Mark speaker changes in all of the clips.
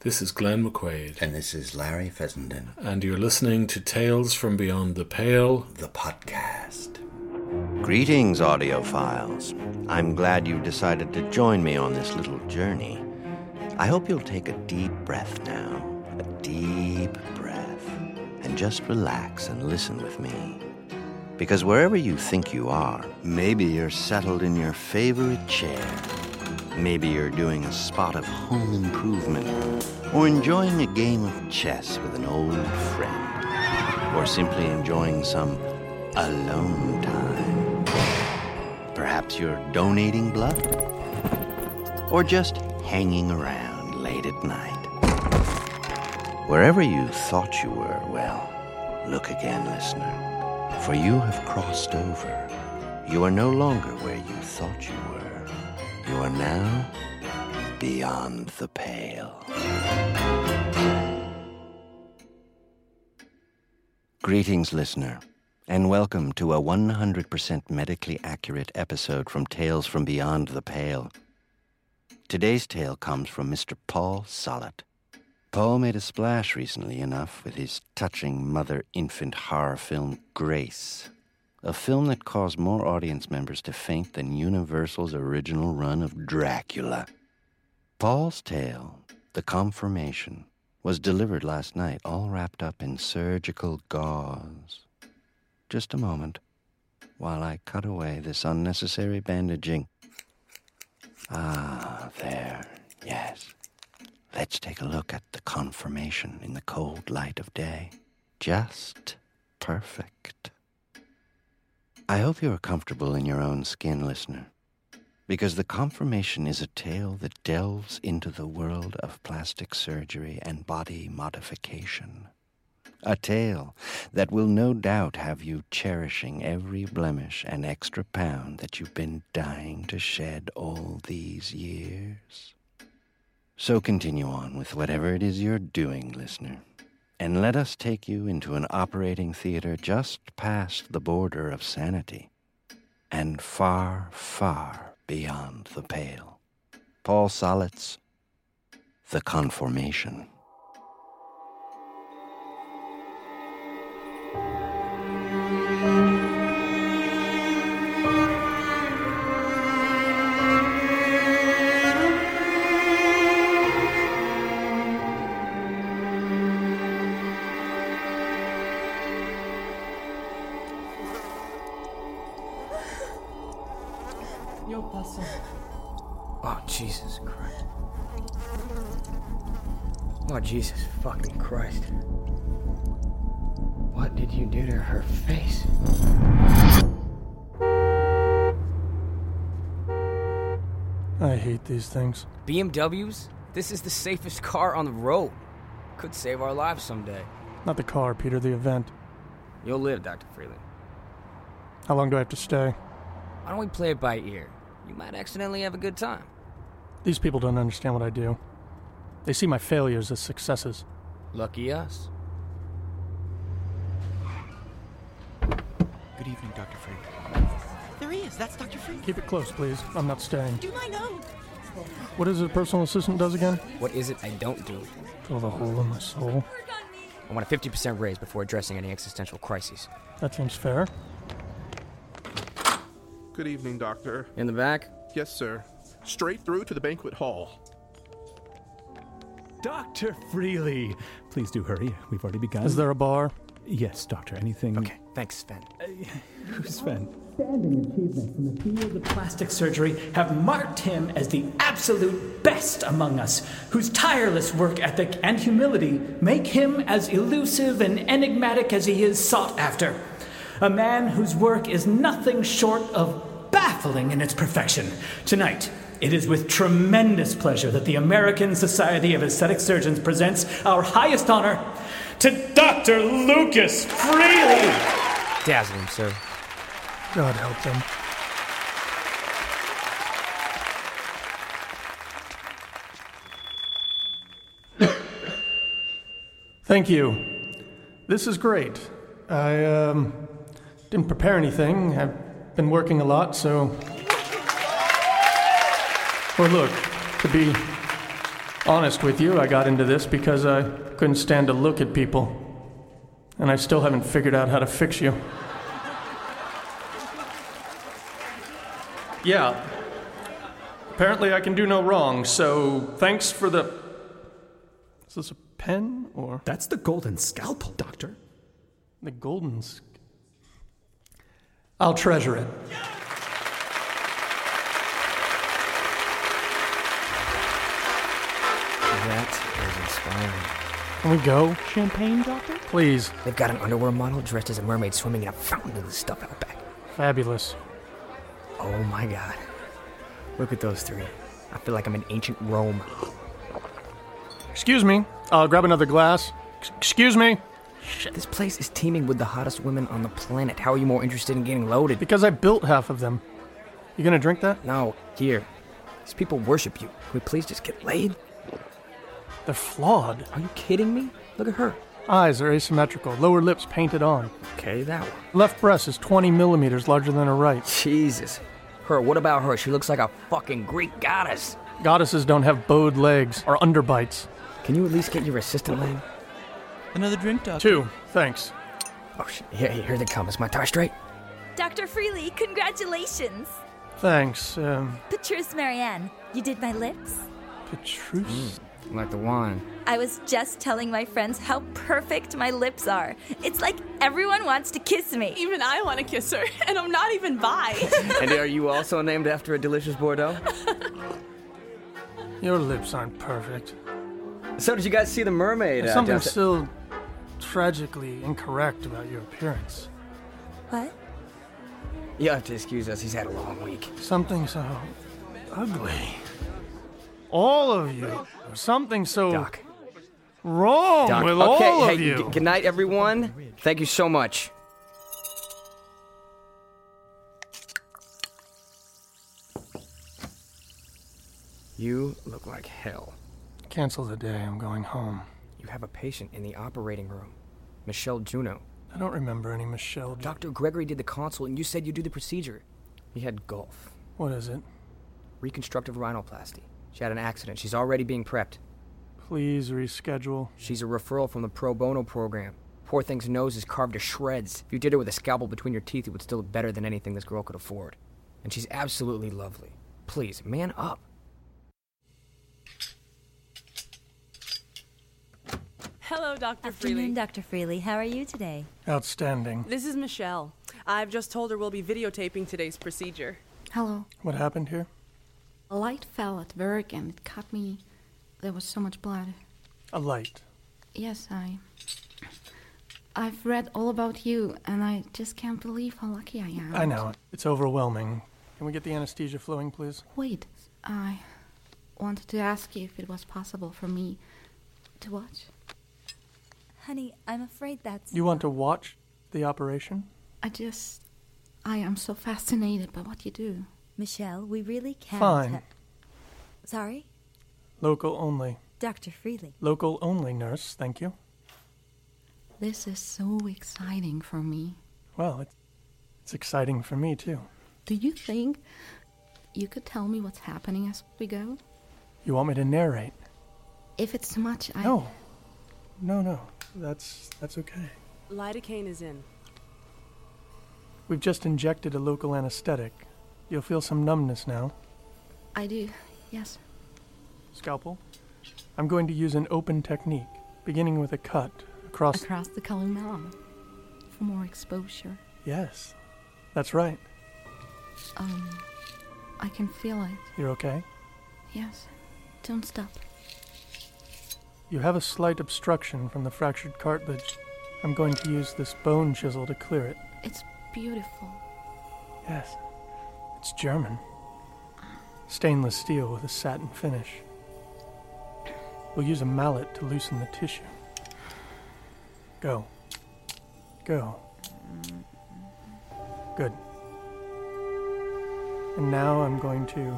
Speaker 1: This is Glenn McQuaid,
Speaker 2: And this is Larry Fessenden,
Speaker 1: and you're listening to Tales from Beyond the Pale.
Speaker 2: the podcast.
Speaker 3: Greetings, audiophiles. I'm glad you decided to join me on this little journey. I hope you'll take a deep breath now, a deep breath, and just relax and listen with me. Because wherever you think you are, maybe you're settled in your favorite chair. Maybe you're doing a spot of home improvement, or enjoying a game of chess with an old friend or simply enjoying some alone time. Perhaps you're donating blood, or just hanging around late at night. Wherever you thought you were, well, look again, listener, for you have crossed over. You are no longer where you thought you were. You are now beyond the pale. Greetings, listener, and welcome to a 100% medically accurate episode from Tales from Beyond the Pale. Today's tale comes from Mr. Paul Sollet. Paul made a splash recently enough with his touching mother infant horror film Grace, a film that caused more audience members to faint than Universal's original run of Dracula. Paul's tale, The Confirmation, was delivered last night, all wrapped up in surgical gauze. Just a moment while I cut away this unnecessary bandaging. Ah, there. Yes. Let's take a look at the confirmation in the cold light of day. Just perfect. I hope you are comfortable in your own skin, listener because the confirmation is a tale that delves into the world of plastic surgery and body modification. A tale that will no doubt have you cherishing every blemish and extra pound that you've been dying to shed all these years. So continue on with whatever it is you're doing, listener, and let us take you into an operating theater just past the border of sanity and far, far beyond the pale. Paul Solitz, The Conformation.
Speaker 4: Your bustle.
Speaker 5: Oh, Jesus Christ. Oh, Jesus fucking Christ. What did you do to her face?
Speaker 6: I hate these things.
Speaker 5: BMWs? This is the safest car on the road. Could save our lives someday.
Speaker 6: Not the car, Peter, the event.
Speaker 5: You'll live, Dr. Freeland.
Speaker 6: How long do I have to stay?
Speaker 5: Why don't we play it by ear? You might accidentally have a good time.
Speaker 6: These people don't understand what I do. They see my failures as successes.
Speaker 5: Lucky us.
Speaker 7: Good evening, Dr. Freeman.
Speaker 8: There he is. That's Dr. Freeman.
Speaker 6: Keep it close, please. I'm not staying.
Speaker 8: Do my own.
Speaker 6: What is it a personal assistant does again?
Speaker 5: What is it I don't do?
Speaker 6: Fill the hole in my soul.
Speaker 5: I want a 50% raise before addressing any existential crises.
Speaker 6: That seems fair.
Speaker 9: Good evening, Doctor.
Speaker 5: In the back?
Speaker 9: Yes, sir. Straight through to the banquet hall.
Speaker 7: Dr. Freely! Please do hurry. We've already begun.
Speaker 6: Is there a bar?
Speaker 7: Yes, Doctor. Anything.
Speaker 5: Okay, thanks, Sven.
Speaker 7: Who's Sven?
Speaker 10: outstanding achievements in the field of plastic surgery have marked him as the absolute best among us, whose tireless work ethic and humility make him as elusive and enigmatic as he is sought after. A man whose work is nothing short of baffling in its perfection. Tonight, it is with tremendous pleasure that the American Society of Aesthetic Surgeons presents our highest honor to Dr. Lucas Freely.
Speaker 5: Dazzle him, sir.
Speaker 6: God help them. Thank you. This is great. I um, didn't prepare anything. I've been working a lot, so. Or look, to be honest with you, I got into this because I couldn't stand to look at people. And I still haven't figured out how to fix you. Yeah. Apparently, I can do no wrong, so thanks for the. Is this a pen or.
Speaker 7: That's the golden scalpel, Doctor.
Speaker 6: The golden. Sc- I'll treasure it.
Speaker 5: That
Speaker 7: Can we go? Champagne, Doctor?
Speaker 6: Please.
Speaker 5: was inspiring. They've got an underwear model dressed as a mermaid swimming in a fountain of the stuff out back.
Speaker 6: Fabulous.
Speaker 5: Oh my god. Look at those three. I feel like I'm in ancient Rome.
Speaker 6: Excuse me. I'll grab another glass. Ex- excuse me.
Speaker 5: This place is teeming with the hottest women on the planet. How are you more interested in getting loaded?
Speaker 6: Because I built half of them. You gonna drink that?
Speaker 5: No, here. These people worship you. Can we please just get laid?
Speaker 6: They're flawed.
Speaker 5: Are you kidding me? Look at her.
Speaker 6: Eyes are asymmetrical, lower lips painted on.
Speaker 5: Okay, that one.
Speaker 6: Left breast is 20 millimeters larger than her right.
Speaker 5: Jesus. Her, what about her? She looks like a fucking Greek goddess.
Speaker 6: Goddesses don't have bowed legs or underbites.
Speaker 5: Can you at least get your assistant laid?
Speaker 8: Another drink, Doc.
Speaker 6: Two, thanks.
Speaker 5: Oh shit. Yeah, here they come. Is my tie straight?
Speaker 4: Dr. Freely, congratulations!
Speaker 6: Thanks, um,
Speaker 4: Petrus Marianne, you did my lips?
Speaker 6: Petrus.
Speaker 5: Like the wine.
Speaker 4: I was just telling my friends how perfect my lips are. It's like everyone wants to kiss me.
Speaker 11: Even I want to kiss her, and I'm not even bi.
Speaker 5: and are you also named after a delicious Bordeaux? Hmm.
Speaker 6: Your lips aren't perfect.
Speaker 5: So did you guys see the mermaid? uh,
Speaker 6: There's something still tragically incorrect about your appearance.
Speaker 4: What?
Speaker 5: You have to excuse us. He's had a long week.
Speaker 6: Something so ugly. All of you. Something so
Speaker 5: Doc.
Speaker 6: wrong
Speaker 5: Doc.
Speaker 6: with
Speaker 5: okay.
Speaker 6: Oh, all
Speaker 5: hey,
Speaker 6: of you.
Speaker 5: g- good night, everyone. Thank you so much. You look like hell.
Speaker 6: Cancel the day. I'm going home.
Speaker 5: You have a patient in the operating room, Michelle Juno.
Speaker 6: I don't remember any Michelle. Doc.
Speaker 5: Dr. Gregory did the consult, and you said you do the procedure. He had golf,
Speaker 6: What is it?
Speaker 5: reconstructive rhinoplasty. She had an accident. She's already being prepped.
Speaker 6: Please reschedule.
Speaker 5: She's a referral from the pro bono program. Poor thing's nose is carved to shreds. If you did it with a scalpel between your teeth, it would still look better than anything this girl could afford. And she's absolutely lovely. Please, man up.
Speaker 11: Hello, Dr.
Speaker 4: Afternoon,
Speaker 11: Freely.
Speaker 4: Dr. Freely. How are you today?
Speaker 6: Outstanding.
Speaker 11: This is Michelle. I've just told her we'll be videotaping today's procedure.
Speaker 12: Hello.
Speaker 6: What happened here?
Speaker 12: A light fell at work and it cut me. There was so much blood.
Speaker 6: A light.
Speaker 12: Yes, I. I've read all about you and I just can't believe how lucky I am.
Speaker 6: I know. It's overwhelming. Can we get the anesthesia flowing, please?
Speaker 12: Wait, I wanted to ask you if it was possible for me to watch.
Speaker 4: Honey, I'm afraid that's.
Speaker 6: You want to watch the operation?
Speaker 12: I just. I am so fascinated by what you do.
Speaker 4: Michelle, we really can't.
Speaker 6: Fine.
Speaker 4: ha- Sorry?
Speaker 6: Local only.
Speaker 4: Dr. Freely.
Speaker 6: Local only, nurse. Thank you.
Speaker 12: This is so exciting for me.
Speaker 6: Well, it's, it's exciting for me, too.
Speaker 12: Do you think you could tell me what's happening as we go?
Speaker 6: You want me to narrate?
Speaker 12: If it's too much, I.
Speaker 6: No. No, no. That's that's okay.
Speaker 11: Lidocaine is in.
Speaker 6: We've just injected a local anesthetic. You'll feel some numbness now.
Speaker 12: I do. Yes.
Speaker 6: Scalpel. I'm going to use an open technique, beginning with a cut across.
Speaker 12: across the column for more exposure.
Speaker 6: Yes. That's right.
Speaker 12: Um, I can feel it.
Speaker 6: You're okay?
Speaker 12: Yes. Don't stop.
Speaker 6: You have a slight obstruction from the fractured cartilage. I'm going to use this bone chisel to clear it.
Speaker 12: It's beautiful.
Speaker 6: Yes. It's German. Stainless steel with a satin finish. We'll use a mallet to loosen the tissue. Go. Go. Good. And now I'm going to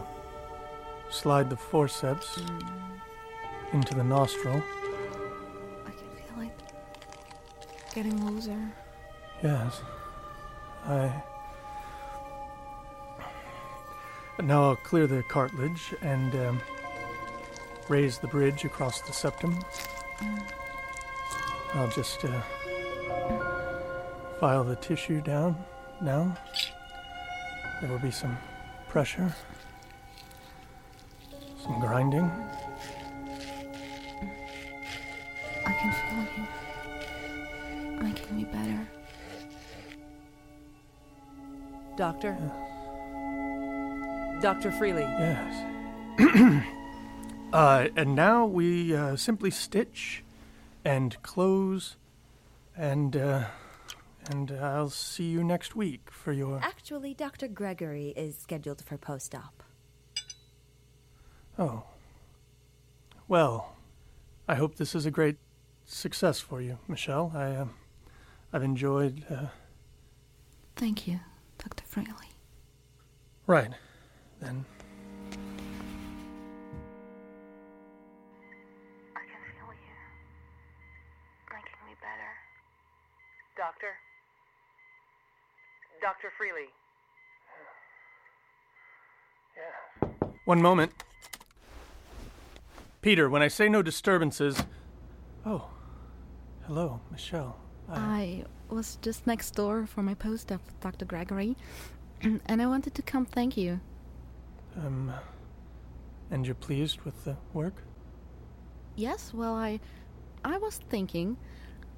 Speaker 6: slide the forceps into the nostril.
Speaker 12: I can feel it. Getting looser.
Speaker 6: Yes. I. But now I'll clear the cartilage and um, raise the bridge across the septum. I'll just uh, file the tissue down now. There will be some pressure, some grinding.
Speaker 12: I can feel you. I can be better.
Speaker 11: Doctor? Dr. Freely.
Speaker 6: Yes. Uh, and now we uh, simply stitch and close, and uh, and I'll see you next week for your.
Speaker 4: Actually, Dr. Gregory is scheduled for post op.
Speaker 6: Oh. Well, I hope this is a great success for you, Michelle. I um, I've enjoyed. Uh,
Speaker 12: Thank you, Dr. Freely.
Speaker 6: right, then.
Speaker 11: Doctor? Dr. Freely.
Speaker 6: One moment. Peter, when I say no disturbances. Oh. Hello, Michelle.
Speaker 12: I was just next door for my post op with Dr. Gregory, and I wanted to come thank you.
Speaker 6: Um. And you're pleased with the work?
Speaker 12: Yes, well, I, I was thinking,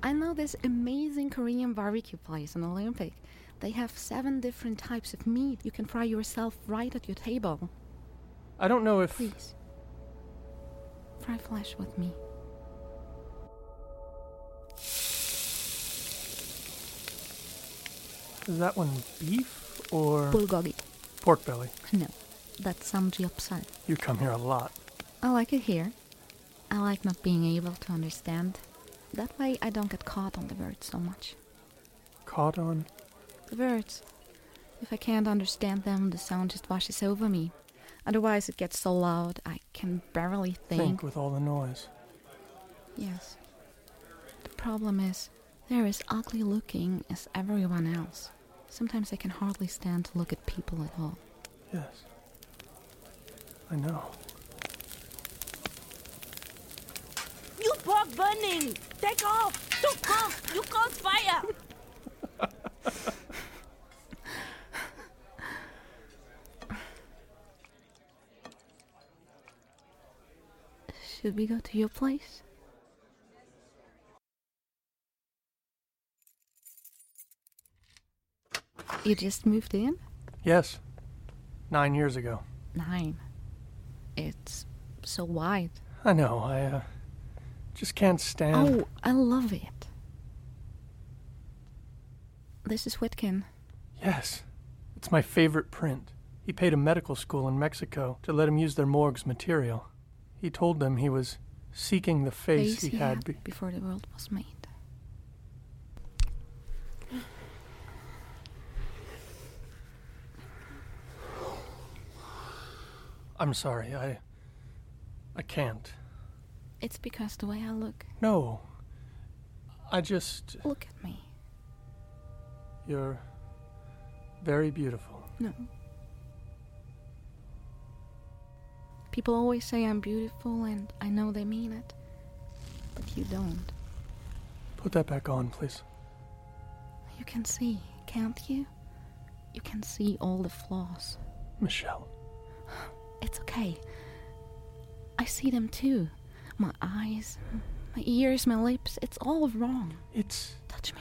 Speaker 12: I know this amazing Korean barbecue place in Olympic. They have seven different types of meat. You can fry yourself right at your table.
Speaker 6: I don't know if.
Speaker 12: Please, fry flesh with me.
Speaker 6: Is that one beef or.
Speaker 12: Bulgogi.
Speaker 6: Pork belly.
Speaker 12: No, that's samgyeopsal.
Speaker 6: You come here a lot.
Speaker 12: I like it here. I like not being able to understand. That way I don't get caught on the words so much.
Speaker 6: Caught on.
Speaker 12: The words. If I can't understand them, the sound just washes over me. Otherwise, it gets so loud I can barely think.
Speaker 6: Think with all the noise.
Speaker 12: Yes. The problem is, they're as ugly looking as everyone else. Sometimes I can hardly stand to look at people at all.
Speaker 6: Yes. I know.
Speaker 13: You pork burning! Take off! Don't come! You cause fire!
Speaker 12: Should we go to your place? You just moved in?
Speaker 6: Yes. Nine years ago.
Speaker 12: Nine. It's so wide.
Speaker 6: I know. I uh, just can't stand.
Speaker 12: Oh, I love it. This is Whitkin.
Speaker 6: Yes. It's my favorite print. He paid a medical school in Mexico to let him use their morgue's material. He told them he was seeking the face, he had. Be-
Speaker 12: before the world was made.
Speaker 6: I'm sorry. I. I can't.
Speaker 12: It's because the way I look.
Speaker 6: No. I just.
Speaker 12: Look at me.
Speaker 6: You're very beautiful.
Speaker 12: No. People always say I'm beautiful, and I know they mean it. But you don't.
Speaker 6: Put that back on, please.
Speaker 12: You can see, can't you? You can see all the flaws.
Speaker 6: Michelle.
Speaker 12: It's okay. I see them too. My eyes, my ears, my lips. It's all wrong.
Speaker 6: It's.
Speaker 12: Touch me.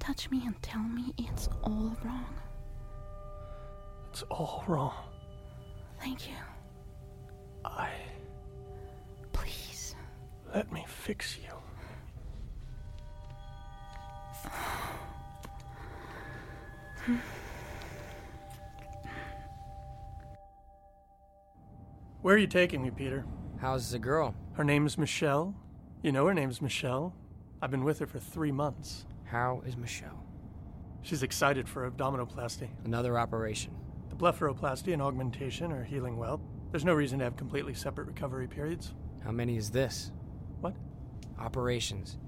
Speaker 12: Touch me and tell me it's all wrong.
Speaker 6: It's all wrong.
Speaker 12: Thank you.
Speaker 6: I.
Speaker 12: Please.
Speaker 6: Let me fix you. Where are you taking me, Peter?
Speaker 5: How's the girl?
Speaker 6: Her name's Michelle. You know her name's Michelle. I've been with her for three months.
Speaker 5: How is Michelle?
Speaker 6: She's excited for abdominoplasty.
Speaker 5: Another operation.
Speaker 6: The blepharoplasty and augmentation are healing well. There's no reason to have completely separate recovery periods.
Speaker 5: How many is this?
Speaker 6: What?
Speaker 5: Operations.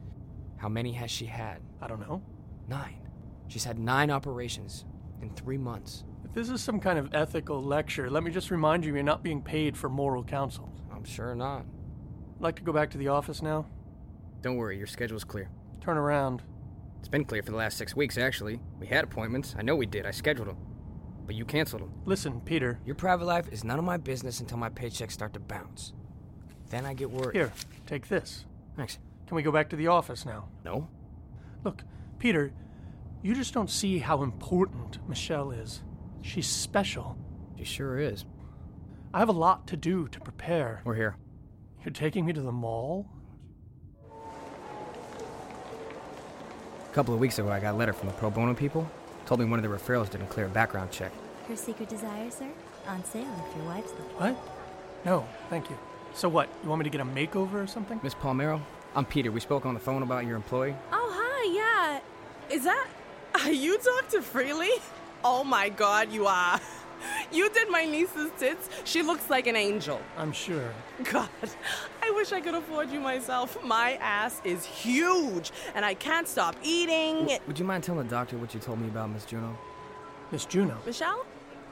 Speaker 5: How many has she had?
Speaker 6: I don't know.
Speaker 5: Nine. She's had nine operations in three months.
Speaker 6: If this is some kind of ethical lecture, let me just remind you you're not being paid for moral counsel.
Speaker 5: I'm sure not.
Speaker 6: I'd like to go back to the office now.
Speaker 5: Don't worry, your schedule's clear.
Speaker 6: Turn around.
Speaker 5: It's been clear for the last six weeks, actually. We had appointments. I know we did. I scheduled them. But you canceled them.
Speaker 6: Listen, Peter.
Speaker 5: Your private life is none of my business until my paychecks start to bounce. Then I get worried.
Speaker 6: Here, take this.
Speaker 5: Thanks.
Speaker 6: Can we go back to the office now?
Speaker 5: No.
Speaker 6: Look, Peter, you just don't see how important Michelle is. She's special.
Speaker 5: She sure is.
Speaker 6: I have a lot to do to prepare.
Speaker 5: We're here.
Speaker 6: You're taking me to the mall?
Speaker 5: A couple of weeks ago, I got a letter from the pro bono people. Told me one of the referrals didn't clear a background check.
Speaker 4: Your secret desire, sir? On sale if your wife's looking.
Speaker 6: What? No, thank you. So what? You want me to get a makeover or something?
Speaker 5: Miss Palmero, I'm Peter. We spoke on the phone about your employee.
Speaker 11: Oh, hi, yeah. Is that. Are you Dr. Freely? Oh my god, you are. You did my niece's tits. She looks like an angel.
Speaker 6: I'm sure.
Speaker 11: God, I wish I could afford you myself. My ass is huge, and I can't stop eating.
Speaker 5: W- would you mind telling the doctor what you told me about Miss Juno?
Speaker 6: Miss Juno?
Speaker 11: Michelle?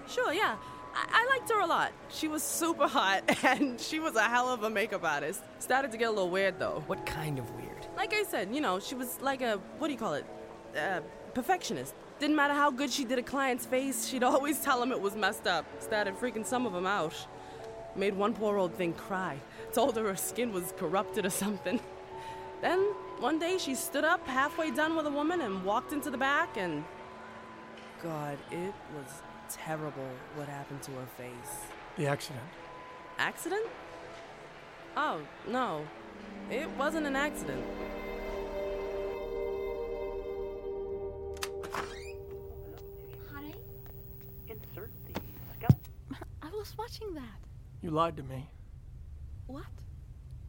Speaker 11: Sure, yeah. I-, I liked her a lot. She was super hot, and she was a hell of a makeup artist. Started to get a little weird, though.
Speaker 5: What kind of weird?
Speaker 11: Like I said, you know, she was like a, what do you call it? Uh, perfectionist. Didn't matter how good she did a client's face, she'd always tell him it was messed up. Started freaking some of them out. Made one poor old thing cry. Told her her skin was corrupted or something. Then, one day, she stood up, halfway done with a woman, and walked into the back, and. God, it was terrible what happened to her face.
Speaker 6: The accident.
Speaker 11: Accident? Oh, no. It wasn't an accident.
Speaker 12: watching that.
Speaker 6: You lied to me.
Speaker 12: What?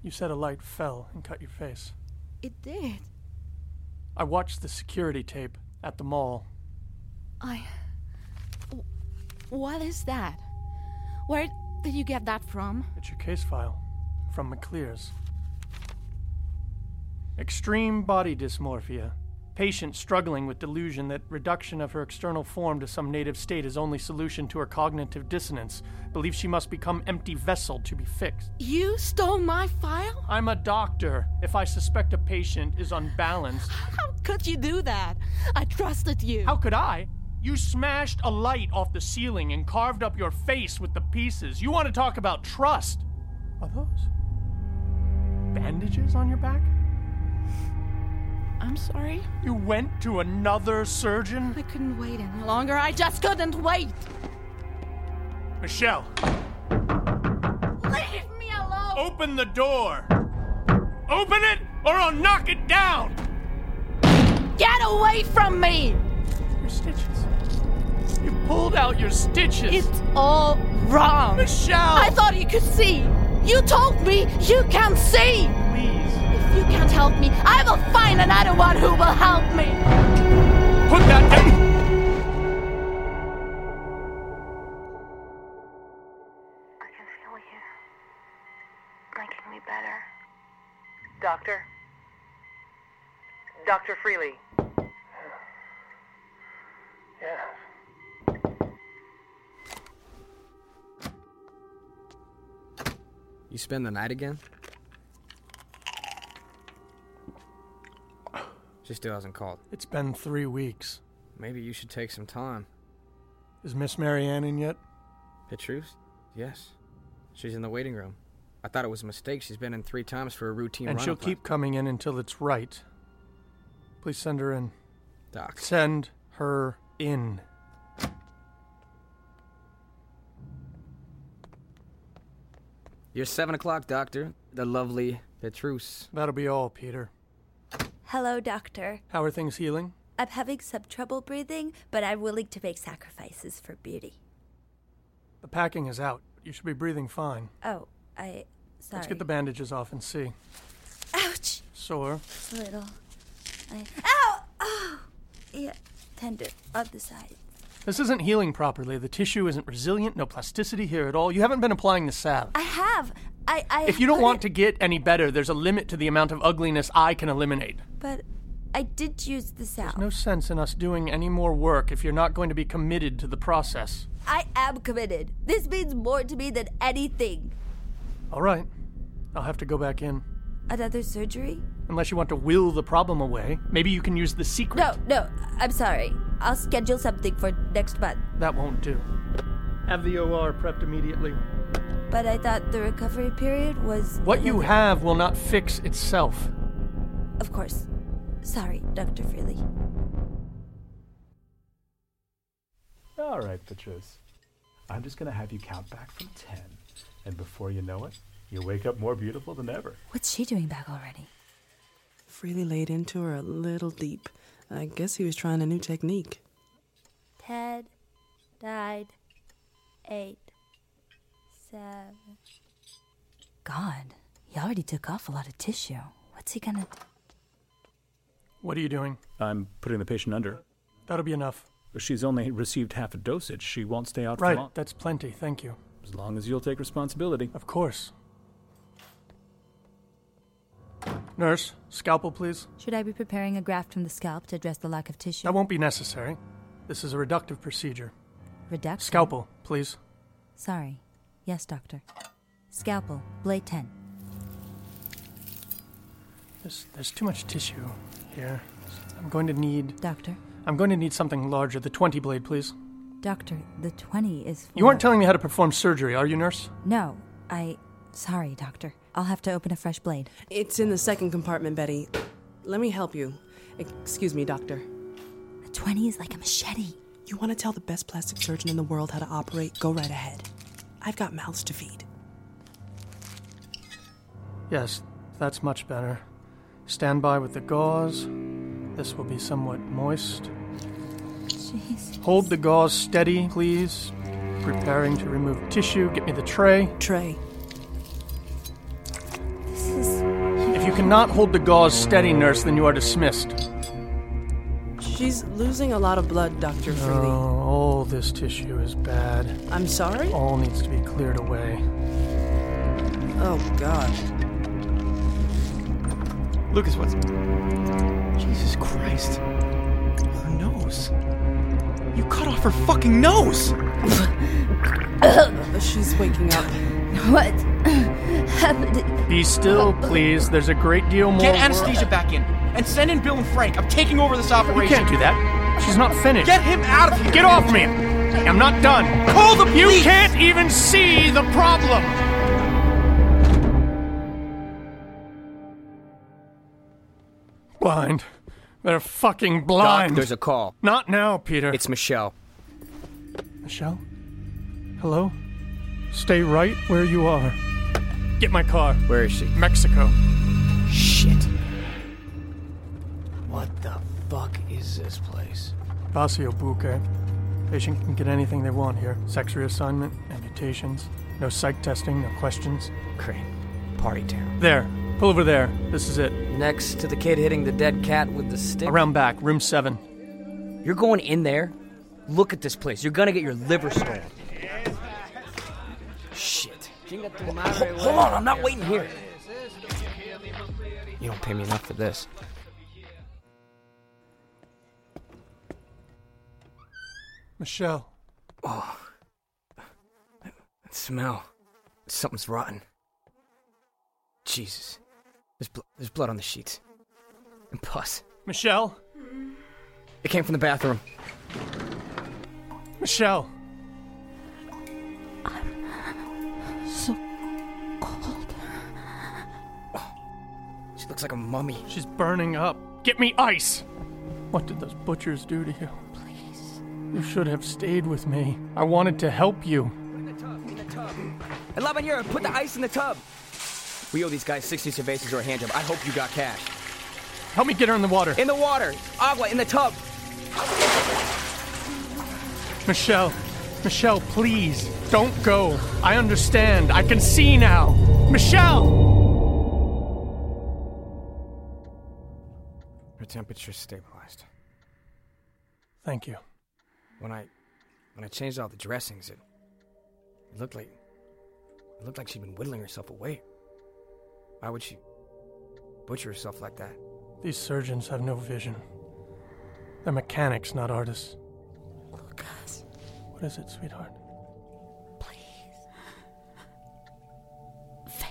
Speaker 6: You said a light fell and cut your face.
Speaker 12: It did.
Speaker 6: I watched the security tape at the mall.
Speaker 12: I. What is that? Where did you get that from?
Speaker 6: It's your case file. From McClear's. Extreme body dysmorphia. Patient struggling with delusion that reduction of her external form to some native state is only solution to her cognitive dissonance. Believes she must become empty vessel to be fixed.
Speaker 12: You stole my file?
Speaker 6: I'm a doctor. If I suspect a patient is unbalanced.
Speaker 12: How could you do that? I trusted you.
Speaker 6: How could I? You smashed a light off the ceiling and carved up your face with the pieces. You want to talk about trust? Are those bandages on your back?
Speaker 12: I'm sorry?
Speaker 6: You went to another surgeon?
Speaker 12: I couldn't wait any longer. I just couldn't wait.
Speaker 6: Michelle.
Speaker 12: Leave me alone.
Speaker 6: Open the door. Open it or I'll knock it down.
Speaker 12: Get away from me.
Speaker 6: Your stitches. You pulled out your stitches.
Speaker 12: It's all wrong.
Speaker 6: Michelle.
Speaker 12: I thought you could see. You told me you can see.
Speaker 6: Please
Speaker 12: you can't help me, I will find another one who will help me.
Speaker 6: Put that down.
Speaker 14: I can feel you making me better.
Speaker 15: Doctor? Dr. Freely?
Speaker 14: Yes.
Speaker 5: You spend the night again? She still hasn't called.
Speaker 6: It's been three weeks.
Speaker 5: Maybe you should take some time.
Speaker 6: Is Miss Marianne in yet?
Speaker 5: Petrus? Yes. She's in the waiting room. I thought it was a mistake. She's been in three times for a routine.
Speaker 6: And she'll
Speaker 5: plan.
Speaker 6: keep coming in until it's right. Please send her in.
Speaker 5: Doc.
Speaker 6: Send her in.
Speaker 5: You're seven o'clock, Doctor. The lovely Petrus.
Speaker 6: That'll be all, Peter.
Speaker 4: Hello, doctor.
Speaker 6: How are things healing?
Speaker 4: I'm having some trouble breathing, but I'm willing to make sacrifices for beauty.
Speaker 6: The packing is out. You should be breathing fine.
Speaker 4: Oh, I. Sorry.
Speaker 6: Let's get the bandages off and see.
Speaker 4: Ouch!
Speaker 6: Sore.
Speaker 4: It's a little. I. Ow! Oh! Yeah, tender on the side.
Speaker 6: This isn't healing properly. The tissue isn't resilient, no plasticity here at all. You haven't been applying the salve.
Speaker 4: I have. I. I
Speaker 6: if you don't
Speaker 4: put
Speaker 6: want
Speaker 4: it-
Speaker 6: to get any better, there's a limit to the amount of ugliness I can eliminate.
Speaker 4: But I did use the salve.
Speaker 6: There's no sense in us doing any more work if you're not going to be committed to the process.
Speaker 4: I am committed. This means more to me than anything.
Speaker 6: All right. I'll have to go back in.
Speaker 4: Another surgery?
Speaker 6: Unless you want to will the problem away, maybe you can use the secret.
Speaker 4: No, no, I'm sorry. I'll schedule something for next month.
Speaker 6: That won't do. Have the OR prepped immediately.
Speaker 4: But I thought the recovery period was.
Speaker 6: What you
Speaker 4: another-
Speaker 6: have will not fix itself.
Speaker 4: Of course. Sorry, Dr. Freely.
Speaker 7: All right, bitches. I'm just going to have you count back from 10. And before you know it, you wake up more beautiful than ever.
Speaker 4: What's she doing back already?
Speaker 11: Freely laid into her a little deep. I guess he was trying a new technique.
Speaker 4: Ted died. Eight. Seven. God, he already took off a lot of tissue. What's he gonna.
Speaker 6: What are you doing?
Speaker 7: I'm putting the patient under.
Speaker 6: That'll be enough.
Speaker 7: She's only received half a dosage. She won't stay out for
Speaker 6: Right,
Speaker 7: long.
Speaker 6: that's plenty. Thank you.
Speaker 7: As long as you'll take responsibility.
Speaker 6: Of course. Nurse, scalpel, please.
Speaker 4: Should I be preparing a graft from the scalp to address the lack of tissue?
Speaker 6: That won't be necessary. This is a reductive procedure.
Speaker 4: Redaction?
Speaker 6: Scalpel, please.
Speaker 4: Sorry. Yes, doctor. Scalpel, blade 10.
Speaker 6: There's, there's too much tissue here. I'm going to need.
Speaker 4: Doctor?
Speaker 6: I'm going to need something larger. The 20 blade, please.
Speaker 4: Doctor, the 20 is.
Speaker 6: You aren't
Speaker 4: for-
Speaker 6: telling me how to perform surgery, are you, nurse?
Speaker 4: No, I. Sorry, doctor. I'll have to open a fresh blade.
Speaker 11: It's in the second compartment, Betty. Let me help you. Excuse me, doctor.
Speaker 4: A 20 is like a machete.
Speaker 11: You want to tell the best plastic surgeon in the world how to operate? Go right ahead. I've got mouths to feed.
Speaker 6: Yes, that's much better. Stand by with the gauze. This will be somewhat moist.
Speaker 4: Jeez.
Speaker 6: Hold the gauze steady, please. Preparing to remove tissue. Get me the tray.
Speaker 11: Tray.
Speaker 4: This is.
Speaker 6: If you cannot hold the gauze steady, nurse, then you are dismissed.
Speaker 11: She's losing a lot of blood, Dr. Freely.
Speaker 6: Oh, all this tissue is bad.
Speaker 11: I'm sorry?
Speaker 6: All needs to be cleared away.
Speaker 11: Oh, God.
Speaker 8: Lucas, what's. Jesus Christ. Her nose. You cut off her fucking nose!
Speaker 11: She's waking up.
Speaker 4: What happened?
Speaker 6: Be still, please. There's a great deal more.
Speaker 8: Oh. Get
Speaker 6: work-
Speaker 8: anesthesia back in and send in Bill and Frank. I'm taking over this operation.
Speaker 6: You can't do that. She's not finished.
Speaker 8: Get him out of here.
Speaker 6: Get off me. I'm not done.
Speaker 8: Call the
Speaker 6: You
Speaker 8: police.
Speaker 6: can't even see the problem. Blind. They're fucking blind.
Speaker 5: Doc, there's a call.
Speaker 6: Not now, Peter.
Speaker 5: It's Michelle.
Speaker 6: Michelle? Hello? Stay right where you are. Get my car.
Speaker 5: Where is she?
Speaker 6: Mexico.
Speaker 5: Shit.
Speaker 16: What the fuck is this place?
Speaker 6: Vasio Buque. Patient can get anything they want here. Sex reassignment, amputations, no psych testing, no questions.
Speaker 5: Great. Party town.
Speaker 6: There. Pull over there. This is it.
Speaker 5: Next to the kid hitting the dead cat with the stick.
Speaker 6: Around back, room seven.
Speaker 5: You're going in there? Look at this place. You're gonna get your liver stolen. Shit. Hold, hold on, I'm not waiting here. You don't pay me enough for this.
Speaker 6: Michelle.
Speaker 5: Oh. That smell. Something's rotten. Jesus. There's, bl- there's blood on the sheets. And pus.
Speaker 6: Michelle.
Speaker 5: It came from the bathroom.
Speaker 6: Michelle.
Speaker 4: So
Speaker 5: She looks like a mummy.
Speaker 6: She's burning up. Get me ice. What did those butchers do to you? Please. You should have stayed with me. I wanted to help you.
Speaker 5: And Labanera, put the ice in the tub. We owe these guys 60 cervezas or a hand job. I hope you got cash.
Speaker 6: Help me get her in the water.
Speaker 5: In the water. Agua, in the tub.
Speaker 6: Michelle. Michelle, please. Don't go. I understand. I can see now. Michelle!
Speaker 5: Her temperature's stabilized.
Speaker 6: Thank you.
Speaker 5: When I when I changed all the dressings, it, it looked like it looked like she'd been whittling herself away. Why would she butcher herself like that?
Speaker 6: These surgeons have no vision. They're mechanics, not artists.
Speaker 5: Oh,
Speaker 13: Lucas,
Speaker 6: What is it, sweetheart?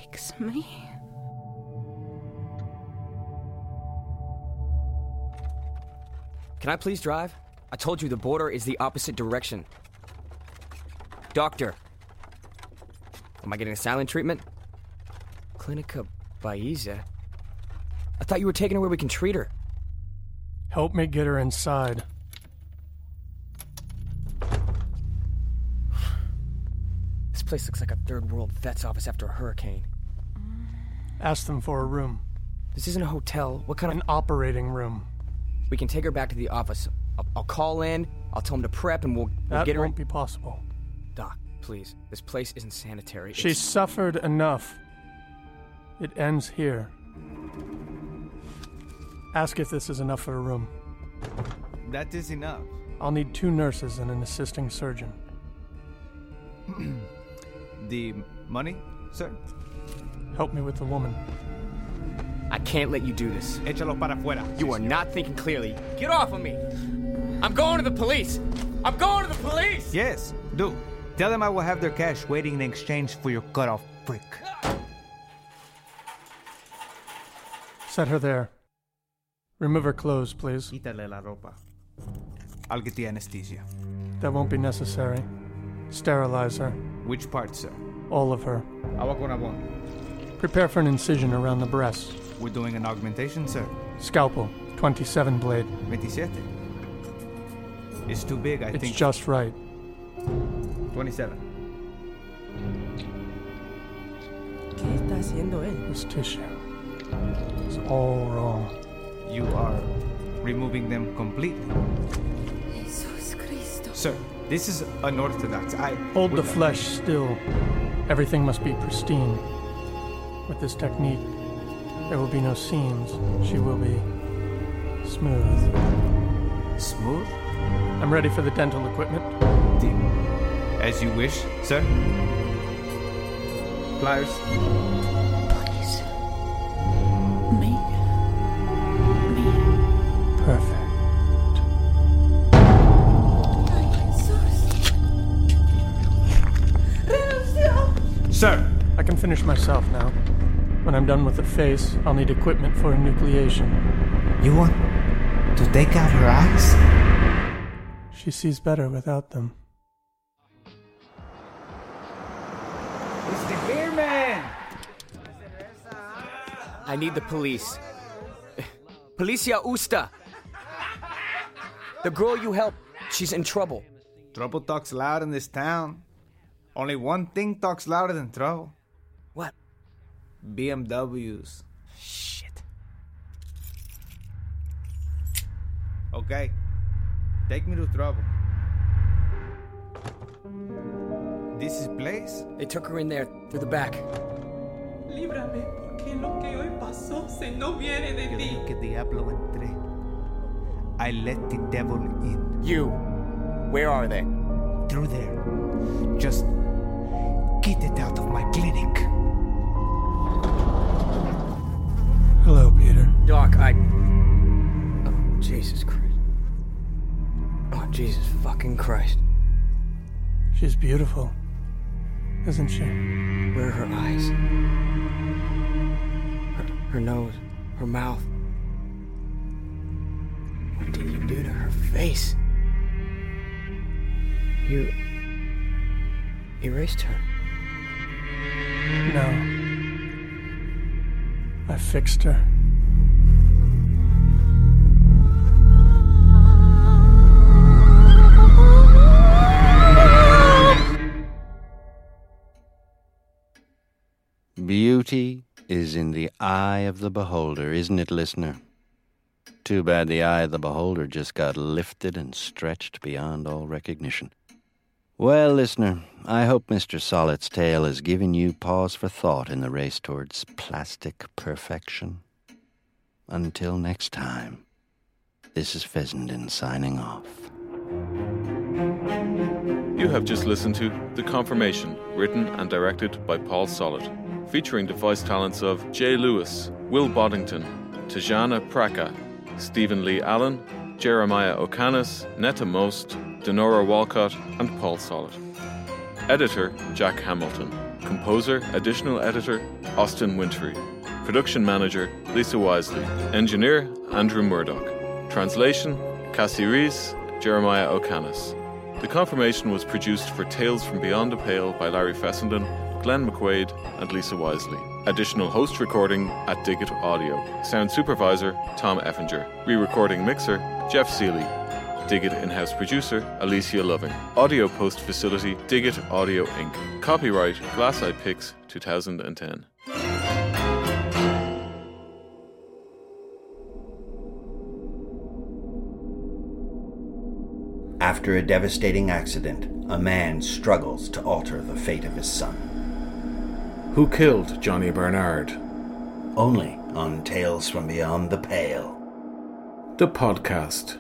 Speaker 12: fix me.
Speaker 5: Can I please drive? I told you the border is the opposite direction. Doctor. Am I getting a silent treatment? Clinica Baiza? I thought you were taking her where we can treat her.
Speaker 6: Help me get her inside.
Speaker 5: This place looks like a third world vet's office after a hurricane.
Speaker 6: Ask them for a room.
Speaker 5: This isn't a hotel. What kind of.
Speaker 6: An operating room.
Speaker 5: We can take her back to the office. I'll, I'll call in, I'll tell him to prep, and we'll, we'll
Speaker 6: That
Speaker 5: get her.
Speaker 6: won't be possible.
Speaker 5: Doc, please. This place isn't sanitary.
Speaker 6: She
Speaker 5: It's-
Speaker 6: suffered enough. It ends here. Ask if this is enough for a room.
Speaker 17: That is enough.
Speaker 6: I'll need two nurses and an assisting surgeon.
Speaker 17: The money, sir?
Speaker 6: Help me with the woman.
Speaker 5: I can't let you do this.
Speaker 17: Échalo para afuera.
Speaker 5: You are not thinking clearly. Get off of me! I'm going to the police! I'm going to the police!
Speaker 17: Yes, do. Tell them I will have their cash waiting in exchange for your cutoff prick.
Speaker 6: Set her there. Remove her clothes, please.
Speaker 17: Quítale la ropa. I'll get the anesthesia.
Speaker 6: That won't be necessary. Sterilize her.
Speaker 17: Which part, sir?
Speaker 6: All of her.
Speaker 17: Agua con abon.
Speaker 6: Prepare for an incision around the breast.
Speaker 17: We're doing an augmentation, sir.
Speaker 6: Scalpel, 27 blade.
Speaker 17: 27. It's too big, I
Speaker 6: it's
Speaker 17: think.
Speaker 6: just right.
Speaker 17: 27.
Speaker 11: ¿Qué está haciendo él?
Speaker 6: This tissue is all wrong.
Speaker 17: You are removing them completely.
Speaker 13: Jesus Christ.
Speaker 17: Sir, this is unorthodox. I
Speaker 6: Hold the flesh still. Everything must be pristine. With this technique, there will be no seams. She will be smooth.
Speaker 17: Smooth?
Speaker 6: I'm ready for the dental equipment.
Speaker 17: As you wish, sir. Pliers.
Speaker 12: Please. Me.
Speaker 6: Perfect.
Speaker 17: Sir!
Speaker 6: I can finish myself now. When I'm done with the face, I'll need equipment for enucleation.
Speaker 17: You want to take out her eyes?
Speaker 6: She sees better without them.
Speaker 17: It's the beer man!
Speaker 5: I need the police. Policia Usta! The girl you helped, she's in trouble.
Speaker 17: Trouble talks loud in this town. Only one thing talks louder than trouble.
Speaker 5: What?
Speaker 17: BMWs.
Speaker 5: Shit.
Speaker 17: Okay. Take me to trouble. This is place?
Speaker 5: They took her in there through the back.
Speaker 13: Líbrame, porque lo que hoy pasó se no viene de ti.
Speaker 17: Que diablo entré. I let the devil in.
Speaker 5: You. Where are they?
Speaker 17: Through there. Just get it out of my clinic.
Speaker 6: Hello, Peter.
Speaker 5: Doc, I. Oh, Jesus Christ. Oh, Jesus fucking Christ.
Speaker 6: She's beautiful, isn't she?
Speaker 5: Where are her eyes? Her, her nose, her mouth. What did you do to her face? You erased her.
Speaker 6: No. I fixed her.
Speaker 3: Beauty is in the eye of the beholder, isn't it, listener? Too bad the eye of the beholder just got lifted and stretched beyond all recognition. Well, listener, I hope Mr. Solit's tale has given you pause for thought in the race towards plastic perfection. Until next time, this is Fessenden signing off.
Speaker 18: You have just listened to The Confirmation, written and directed by Paul Solid, featuring the voice talents of Jay Lewis, Will Boddington, Tajana Praka, Stephen Lee Allen, Jeremiah O'Canis, Netta Most, Denora Walcott, and Paul Solid. Editor Jack Hamilton. Composer, additional editor Austin Wintry. Production manager Lisa Wisely. Engineer Andrew Murdoch. Translation Cassie Reese, Jeremiah O'Canis. The confirmation was produced for Tales from Beyond the Pale by Larry Fessenden, Glenn McQuaid, and Lisa Wisely. Additional host recording at Digit Audio. Sound supervisor Tom Effinger. Re recording mixer Jeff Seeley. Digit in house producer Alicia Loving. Audio post facility Digit Audio Inc. Copyright Glass Eye Picks 2010.
Speaker 2: After a devastating accident, a man struggles to alter the fate of his son.
Speaker 1: Who killed Johnny Bernard?
Speaker 2: Only on Tales from Beyond the Pale.
Speaker 1: The podcast.